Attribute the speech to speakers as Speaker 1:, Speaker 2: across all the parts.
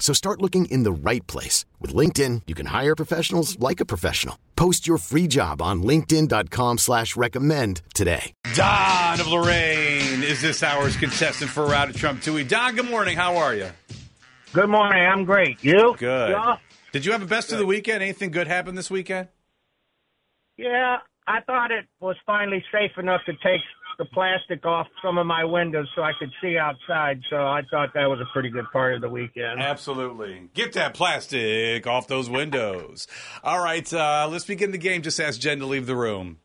Speaker 1: So start looking in the right place. With LinkedIn, you can hire professionals like a professional. Post your free job on linkedin.com slash recommend today.
Speaker 2: Don of Lorraine is this hour's contestant for Route of Trump Tui. Don, good morning. How are you?
Speaker 3: Good morning. I'm great. You?
Speaker 2: Good.
Speaker 3: Yeah.
Speaker 2: Did you have a best of the weekend? Anything good happen this weekend?
Speaker 3: Yeah, I thought it was finally safe enough to take the plastic off some of my windows so I could see outside. So I thought that was a pretty good part of the weekend.
Speaker 2: Absolutely. Get that plastic off those windows. All right, uh, let's begin the game. Just ask Jen to leave the room.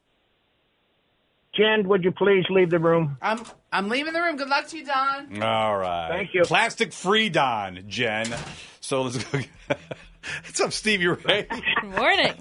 Speaker 3: Jen, would you please leave the room?
Speaker 4: I'm I'm leaving the room. Good luck to you, Don.
Speaker 2: All right.
Speaker 3: Thank you.
Speaker 2: Plastic free Don, Jen. So let's go. What's up, Steve? You ready?
Speaker 4: Morning.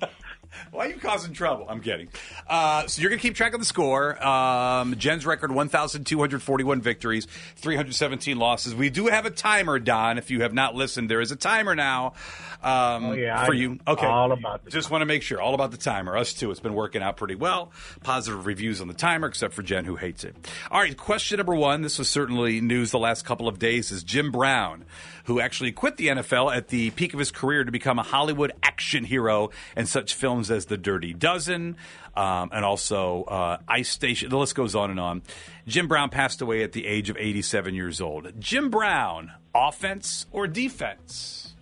Speaker 2: Why are you causing trouble? I'm kidding. Uh, so you're going to keep track of the score. Um, Jen's record 1,241 victories, 317 losses. We do have a timer, Don. If you have not listened, there is a timer now um,
Speaker 3: Oh, yeah,
Speaker 2: for
Speaker 3: I-
Speaker 2: you. Okay.
Speaker 3: all about the
Speaker 2: Just want to make sure. All about the timer. Us too. It's been working out pretty well. Positive reviews on the timer, except for Jen, who hates it. All right. Question number one. This was certainly news the last couple of days is Jim Brown, who actually quit the NFL at the peak of his career to become a Hollywood action hero in such films as The Dirty Dozen um, and also uh, Ice Station. The list goes on and on. Jim Brown passed away at the age of 87 years old. Jim Brown, offense or defense?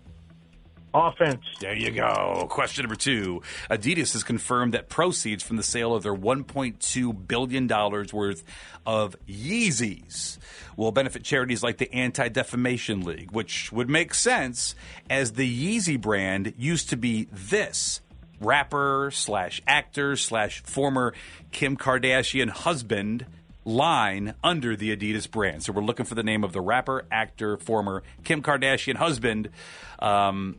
Speaker 3: Offense.
Speaker 2: There you go. Question number two. Adidas has confirmed that proceeds from the sale of their $1.2 billion worth of Yeezys will benefit charities like the Anti Defamation League, which would make sense as the Yeezy brand used to be this rapper slash actor slash former Kim Kardashian husband line under the Adidas brand. So we're looking for the name of the rapper, actor, former Kim Kardashian husband. Um,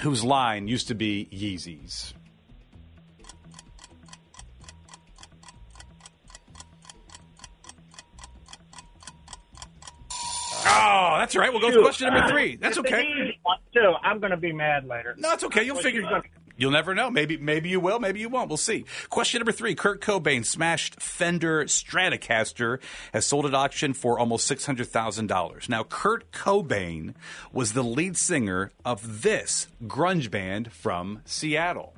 Speaker 2: whose line used to be Yeezys. Oh, that's all right. We'll go with question number three. That's
Speaker 3: It's an
Speaker 2: okay.
Speaker 3: easy one, too. I'm going to be mad later.
Speaker 2: No, it's okay. You'll figure it out. You'll never know. Maybe maybe you will, maybe you won't. We'll see. Question number three. Kurt Cobain smashed Fender Stratocaster has sold at auction for almost $600,000. Now, Kurt Cobain was the lead singer of this grunge band from Seattle.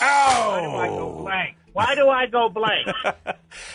Speaker 3: Why do I go blank? Why do I go blank?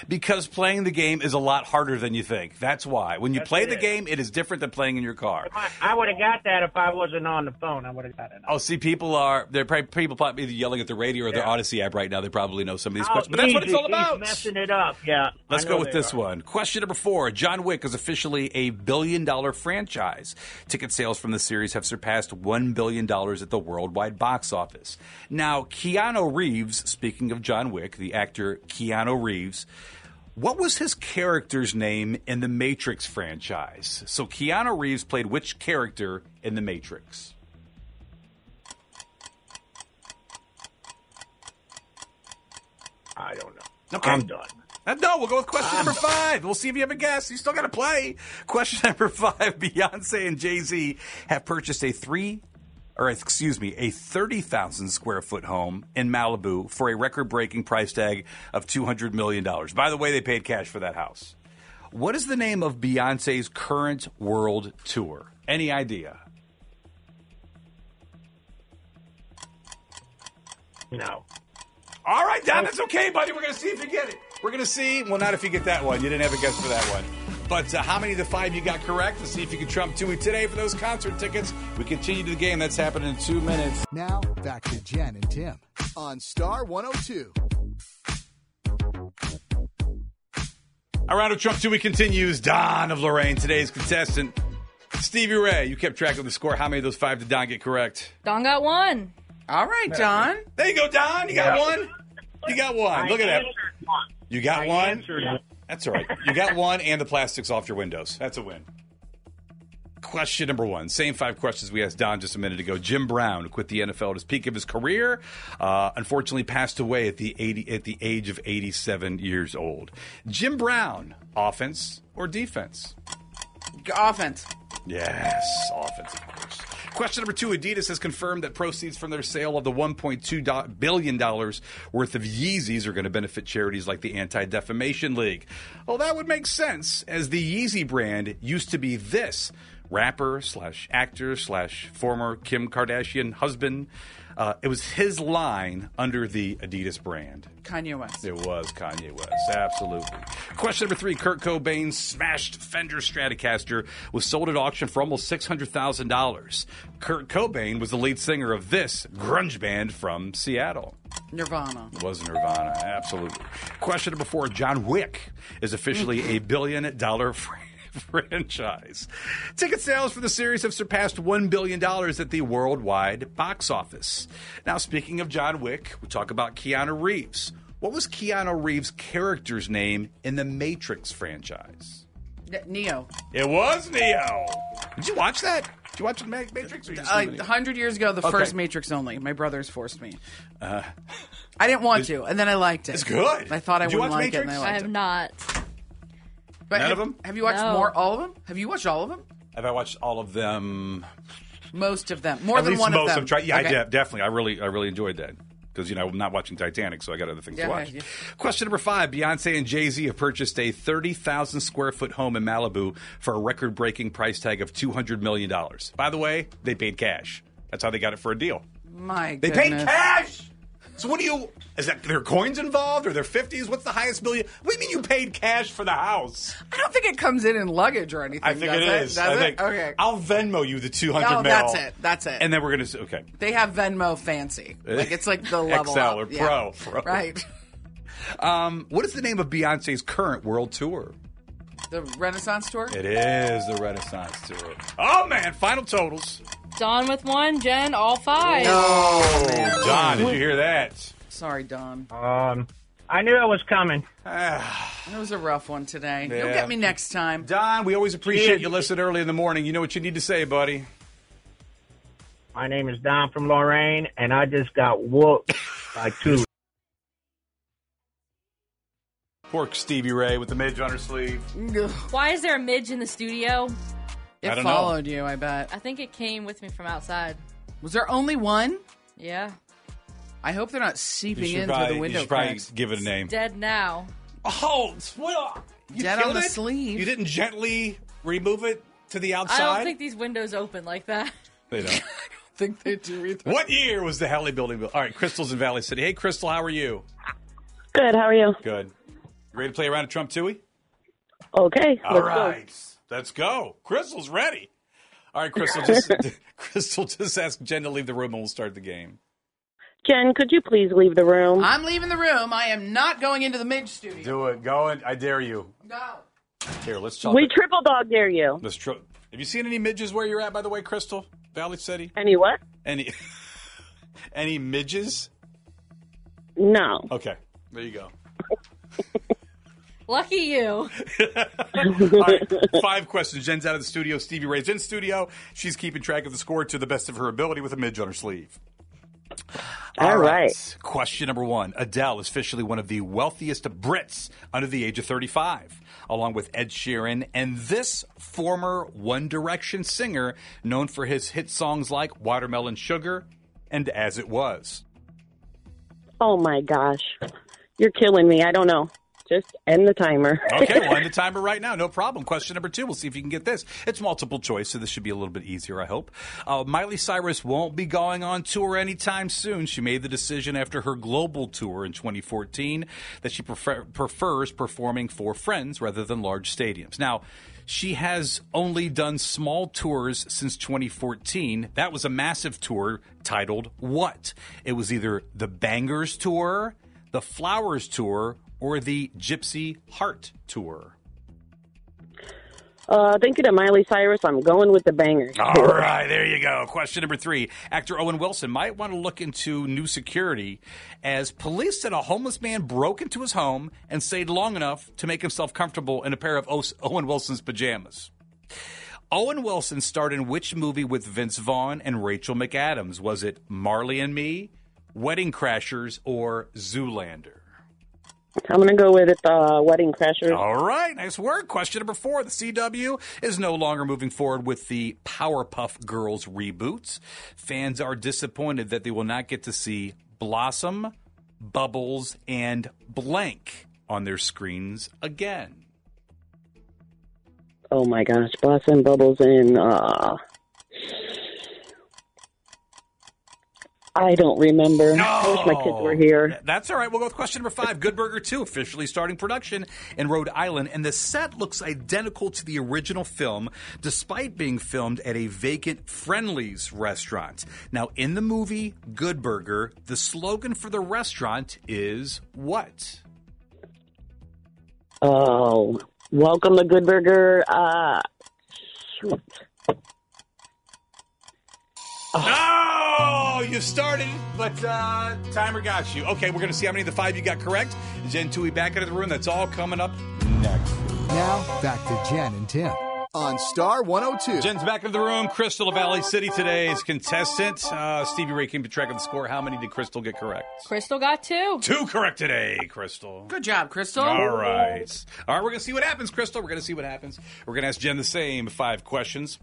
Speaker 2: Because playing the game is a lot harder than you think. That's why. When you play the game, it is different than playing in your car.
Speaker 3: I, I would have got that if I wasn't on the phone. I would have got it.
Speaker 2: Oh, see, people are they're probably people probably either yelling at the radio or their Odyssey app right now. They probably know some of these
Speaker 3: Oh,
Speaker 2: questions, but that's what it's
Speaker 3: easy.
Speaker 2: all
Speaker 3: He's
Speaker 2: about.
Speaker 3: messing it up. Yeah.
Speaker 2: Let's
Speaker 3: I know
Speaker 2: go with
Speaker 3: they
Speaker 2: this
Speaker 3: are.
Speaker 2: one. Question number four John Wick is officially a billion dollar franchise. Ticket sales from the series have surpassed $1 billion at the worldwide box office. Now, Keanu Reeves, speaking of John Wick, the actor Keanu Reeves, what was his character's name in the Matrix franchise? So, Keanu Reeves played which character in the Matrix?
Speaker 3: I don't know.
Speaker 2: Okay.
Speaker 3: I'm done.
Speaker 2: Uh, No, we'll go with question number five. We'll see if you have a guess. You still got to play. Question number five: Beyonce and Jay Z have purchased a three, or excuse me, a thirty thousand square foot home in Malibu for a record breaking price tag of two hundred million dollars. By the way, they paid cash for that house. What is the name of Beyonce's current world tour? Any idea?
Speaker 3: No.
Speaker 2: All right, Don, that's okay, buddy. We're going to see if you get it. We're going to see. Well, not if you get that one. You didn't have a guess for that one. But uh, how many of the five you got correct? Let's see if you can trump Tui today for those concert tickets. We continue to the game. That's happening in two minutes.
Speaker 5: Now, back to Jen and Tim on Star 102.
Speaker 2: Our round of Trump 2 we continues. Don of Lorraine, today's contestant. Stevie Ray, you kept track of the score. How many of those five did Don get correct?
Speaker 6: Don got one.
Speaker 4: All right, Don.
Speaker 2: There you go, Don. You got one. You got one. Look at that. You got one. That's all right. You got one and the plastics off your windows. That's a win. Question number one. Same five questions we asked Don just a minute ago. Jim Brown quit the NFL at his peak of his career. Uh, unfortunately, passed away at the 80, at the age of 87 years old. Jim Brown, offense or defense?
Speaker 4: G- Offense.
Speaker 2: Yes, offense, of course. Question number two Adidas has confirmed that proceeds from their sale of the $1.2 do- billion dollars worth of Yeezys are going to benefit charities like the Anti Defamation League. Well, that would make sense, as the Yeezy brand used to be this rapper slash actor slash former Kim Kardashian husband. Uh, it was his line under the Adidas brand.
Speaker 4: Kanye West.
Speaker 2: It was Kanye West, absolutely. Question number three: Kurt Cobain's smashed Fender Stratocaster was sold at auction for almost six hundred thousand dollars. Kurt Cobain was the lead singer of this grunge band from Seattle.
Speaker 4: Nirvana.
Speaker 2: It was Nirvana, absolutely. Question number four: John Wick is officially a billion-dollar franchise. Ticket sales for the series have surpassed $1 billion at the worldwide box office. Now, speaking of John Wick, we talk about Keanu Reeves. What was Keanu Reeves' character's name in the Matrix franchise?
Speaker 4: N- Neo.
Speaker 2: It was Neo. Did you watch that? Did you watch the Ma- Matrix? Or you just
Speaker 4: Uh,
Speaker 2: leaving it?
Speaker 4: 100 years ago, the
Speaker 2: Okay. Uh,
Speaker 4: first Matrix only. My brothers forced me. I didn't want to, and then I liked it.
Speaker 2: It's good.
Speaker 4: I thought I
Speaker 2: Did you
Speaker 4: wouldn't
Speaker 2: watch
Speaker 4: like it, and I
Speaker 2: Matrix?
Speaker 6: I
Speaker 4: liked
Speaker 6: have
Speaker 4: it.
Speaker 6: not.
Speaker 4: But
Speaker 2: None
Speaker 4: have,
Speaker 2: of 'em?
Speaker 4: Have you watched
Speaker 6: No.
Speaker 4: more? All of them? Have you watched all of them?
Speaker 2: Have I watched all of them?
Speaker 4: Most of them. More
Speaker 2: At
Speaker 4: than
Speaker 2: least
Speaker 4: one
Speaker 2: most
Speaker 4: of them.
Speaker 2: Try, yeah,
Speaker 4: Okay.
Speaker 2: I did, definitely. I really, I really enjoyed that because you know I'm not watching Titanic, so I got other things
Speaker 4: Yeah,
Speaker 2: to watch.
Speaker 4: yeah.
Speaker 2: Question number five: Beyonce and Jay Z have purchased a 30,000 square foot home in Malibu for a record breaking price tag of 200 million dollars. By the way, they paid cash. That's how they got it for a deal.
Speaker 4: My
Speaker 2: They
Speaker 4: goodness.
Speaker 2: paid cash. So what do you? Is that their coins involved or their 50s? What's the highest billion? What do you mean you paid cash for the house?
Speaker 4: I don't think it comes in in luggage or anything.
Speaker 2: I think
Speaker 4: does
Speaker 2: it is.
Speaker 4: Does
Speaker 2: I
Speaker 4: it?
Speaker 2: think.
Speaker 4: Okay.
Speaker 2: I'll Venmo you the 200
Speaker 4: Oh,
Speaker 2: mil.
Speaker 4: that's it. That's it.
Speaker 2: And then we're gonna. s- Okay.
Speaker 4: they have Venmo fancy. Like it's like the level
Speaker 2: XL
Speaker 4: up.
Speaker 2: or
Speaker 4: Yeah.
Speaker 2: Pro, Pro.
Speaker 4: Right.
Speaker 2: Um, what is the name of Beyonce's current world tour?
Speaker 4: The Renaissance tour.
Speaker 2: It is the Renaissance tour. Oh man, final totals.
Speaker 6: Don with one, Jen all five.
Speaker 2: Oh, Don, did you hear that?
Speaker 4: Sorry, Don.
Speaker 3: Um, I knew it was coming.
Speaker 4: It was a rough one today. You'll
Speaker 2: Yeah.
Speaker 4: get me next time.
Speaker 2: Don, we always appreciate you listening early in the morning. You know what you need to say, buddy.
Speaker 3: My name is Don from Lorraine, and I just got whooped by two.
Speaker 2: Pork Stevie Ray with the midge on her sleeve.
Speaker 6: Why is there a midge in the studio?
Speaker 2: I
Speaker 4: It
Speaker 2: don't know.
Speaker 4: followed you, I bet.
Speaker 6: I think it came with me from outside.
Speaker 4: Was there only one?
Speaker 6: Yeah.
Speaker 4: I hope they're not seeping in through the
Speaker 2: you
Speaker 4: window
Speaker 2: should probably
Speaker 4: cracks.
Speaker 2: give it a name.
Speaker 6: Dead now.
Speaker 2: Oh, well, you
Speaker 4: Dead
Speaker 2: killed
Speaker 4: on the
Speaker 2: it?
Speaker 4: sleeve.
Speaker 2: You didn't gently remove it to the
Speaker 6: I
Speaker 2: outside.
Speaker 6: don't think these windows open like that.
Speaker 2: they don't.
Speaker 4: think they do either.
Speaker 2: what year was the Halley Building built? All right, Crystal's in Valley City. Hey, Crystal, how are you?
Speaker 7: Good. How are you?
Speaker 2: Good. Ready to play around at Trump Tui?
Speaker 7: Okay.
Speaker 2: All
Speaker 7: let's
Speaker 2: right, let's go. Crystal's ready. All right, Crystal. Just, Crystal, just ask Jen to leave the room, and we'll start the game.
Speaker 7: Go. Jen, could you please leave the room?
Speaker 4: I'm leaving the room. I am not going into the midge studio.
Speaker 2: Do it. Go and I dare you.
Speaker 4: No.
Speaker 2: Here, let's talk.
Speaker 7: we triple dog dare you.
Speaker 2: let's tr- Have you seen any midges where you're at? By the way, Crystal, Valley City.
Speaker 7: Any what?
Speaker 2: Any, any midges?
Speaker 7: No.
Speaker 2: Okay, there you go.
Speaker 6: Lucky you.
Speaker 2: All right, five questions. Jen's out of the studio. Stevie Ray's in studio. She's keeping track of the score to the best of her ability with a midge on her sleeve.
Speaker 7: All right.
Speaker 2: Question number one Adele is officially one of the wealthiest Brits under the age of 35, along with Ed Sheeran and this former One Direction singer known for his hit songs like Watermelon Sugar and As It Was.
Speaker 7: Oh my gosh. You're killing me. I don't know. Just end the timer.
Speaker 2: Okay, well, end the timer right now. No problem. Question number two. We'll see if you can get this. It's multiple choice, so this should be a little bit easier, I hope. Uh, Miley Cyrus won't be going on tour anytime soon. She made the decision after her global tour in 2014 that she prefer- prefers performing for friends rather than large stadiums. Now, she has only done small tours since 2014. That was a massive tour titled What? It was either the Bangers Tour, the Flowers Tour, or the Gypsy Heart Tour.
Speaker 7: Uh, thinking of Miley Cyrus, I'm going with the bangers.
Speaker 2: All right, there you go. Question number three. Actor Owen Wilson might want to look into new security as police said a homeless man broke into his home and stayed long enough to make himself comfortable in a pair of O- Owen Wilson's pajamas. Owen Wilson starred in which movie with Vince Vaughn and Rachel McAdams? Was it Marley and Me, Wedding Crashers, or Zoolander?
Speaker 7: I'm going to go with the uh, Wedding Crashers.
Speaker 2: All right, nice work. Question number four. The CW is no longer moving forward with the Powerpuff Girls reboots. Fans are disappointed that they will not get to see Blossom, Bubbles, and Blank on their screens again.
Speaker 7: Oh my gosh, Blossom Bubbles and uh I don't remember. I wish my kids were here.
Speaker 2: That's all right. We'll go with question number five. Good Burger 2 officially starting production in Rhode Island, and the set looks identical to the original film despite being filmed at a vacant Friendlies restaurant. Now, in the movie Good Burger, the slogan for the restaurant is what?
Speaker 7: Oh, welcome to Good Burger. Uh, shoot.
Speaker 2: Oh, you started, but uh, timer got you. Okay, we're going to see how many of the five you got correct. Jen Tui back into the room. That's all coming up next.
Speaker 5: Now, back to Jen and Tim on Star 102.
Speaker 2: Jen's back in the room. Crystal of Valley City today's contestant. Uh, Stevie Ray keeping track of the score. How many did Crystal get correct?
Speaker 6: Crystal got two.
Speaker 2: Two correct today, Crystal.
Speaker 4: Good job, Crystal.
Speaker 2: All right. All right, we're going to see what happens, Crystal. We're going to see what happens. We're going to ask Jen the same five questions.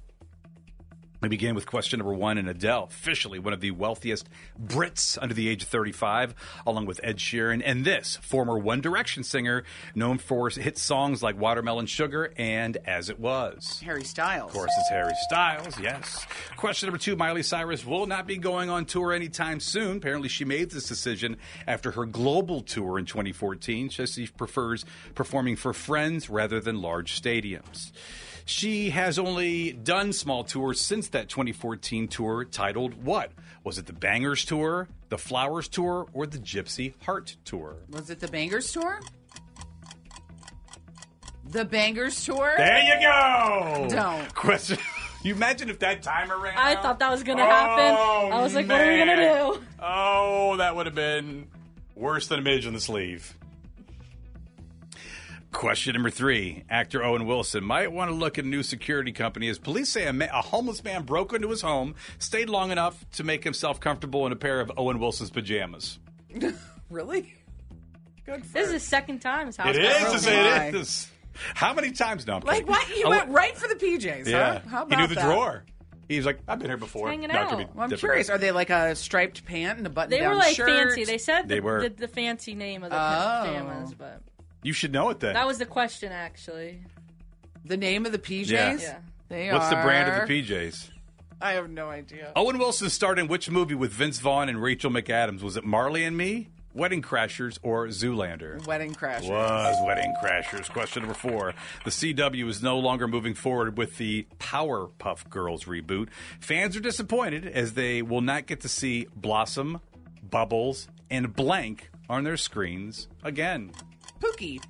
Speaker 2: We begin with question number one, and Adele, officially one of the wealthiest Brits under the age of 35, along with Ed Sheeran, and this former One Direction singer known for hit songs like Watermelon Sugar and As It Was.
Speaker 4: Harry Styles.
Speaker 2: Of course, it's Harry Styles, yes. Question number two Miley Cyrus will not be going on tour anytime soon. Apparently, she made this decision after her global tour in 2014. She says she prefers performing for friends rather than large stadiums. She has only done small tours since that 2014 tour titled What? Was it the Bangers Tour, the Flowers Tour, or the Gypsy Heart Tour?
Speaker 4: Was it the Bangers tour? The Bangers tour.
Speaker 2: There you go.
Speaker 4: Don't.
Speaker 2: question. You imagine if that timer ran.
Speaker 6: I
Speaker 2: out? Oh,
Speaker 6: thought that was gonna happen. I was like, what are we gonna
Speaker 2: man.
Speaker 6: do?
Speaker 2: Oh, that would have been worse than a midge on the sleeve. Question number three. Actor Owen Wilson might want to look at a new security company as police say a, ma- a homeless man broke into his home, stayed long enough to make himself comfortable in a pair of Owen Wilson's pajamas.
Speaker 4: Really? Good for
Speaker 6: This is the second time his house
Speaker 2: It
Speaker 6: got
Speaker 2: is.
Speaker 6: broken.
Speaker 2: It is. How many times now?
Speaker 4: Like what? You went right for the PJs,
Speaker 2: Yeah.
Speaker 4: huh? How
Speaker 2: he
Speaker 4: about
Speaker 2: knew the
Speaker 4: that?
Speaker 2: drawer. He was like, I've been here before.
Speaker 6: hanging
Speaker 2: Not gonna be
Speaker 6: out.
Speaker 4: Well, I'm
Speaker 2: different.
Speaker 4: curious. Are they like a striped pant and a button
Speaker 6: They
Speaker 4: down
Speaker 6: were like
Speaker 4: shirt?
Speaker 6: fancy. They said the,
Speaker 2: They were.
Speaker 6: the, the fancy name of the
Speaker 4: Oh.
Speaker 6: pajamas, but
Speaker 2: You should know it then.
Speaker 6: that was the question actually.
Speaker 4: the name of the PJs.
Speaker 2: Yeah.
Speaker 6: Yeah.
Speaker 4: They
Speaker 2: What's the brand
Speaker 4: are-
Speaker 2: of the Oh. PJs?
Speaker 4: I have no idea.
Speaker 2: Owen Wilson starred in which movie with Vince Vaughn and Rachel McAdams? Was it Marley and Me, Wedding Crashers, or Zoolander?
Speaker 4: Wedding crash.
Speaker 2: Was Wedding Crashers. Question number four. The CW is no longer moving forward with the Powerpuff Girls reboot. Fans are disappointed as they will not get to see Blossom, Bubbles, and Blank on their screens again.
Speaker 4: Pookie.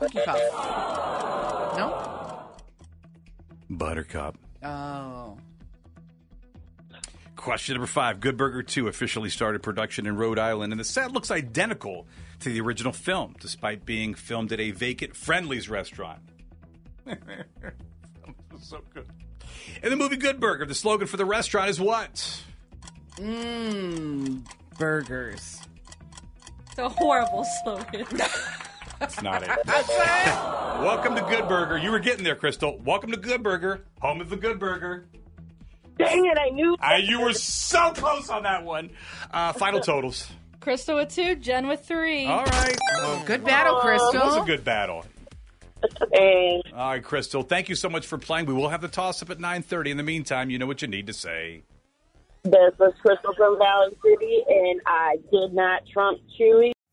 Speaker 4: Pookie Puff. No.
Speaker 2: Buttercup.
Speaker 4: Oh.
Speaker 2: Question number five Good Burger 2 officially started production in Rhode Island, and the set looks identical to the original film, despite being filmed at a vacant Friendlies restaurant. so good. In the movie Good Burger, the slogan for the restaurant is what?
Speaker 4: Mmm. Burgers.
Speaker 6: It's a horrible slogan.
Speaker 2: It's not it. Welcome to Good Burger. You were getting there, Crystal. Welcome to Good Burger, home of the Good Burger.
Speaker 7: Dang it, I knew.
Speaker 2: I, you were so close on that one. Uh, final totals.
Speaker 6: Crystal with two, Jen with three.
Speaker 2: All right. Well,
Speaker 4: Good battle, Crystal.
Speaker 2: That was a good battle.
Speaker 7: Hey,
Speaker 2: All right, Crystal. Thank you so much for playing. We will have the toss up at 9:30. In the meantime, you know what you need to say.
Speaker 7: this was Crystal from Valley City, and I did not trump Chewy.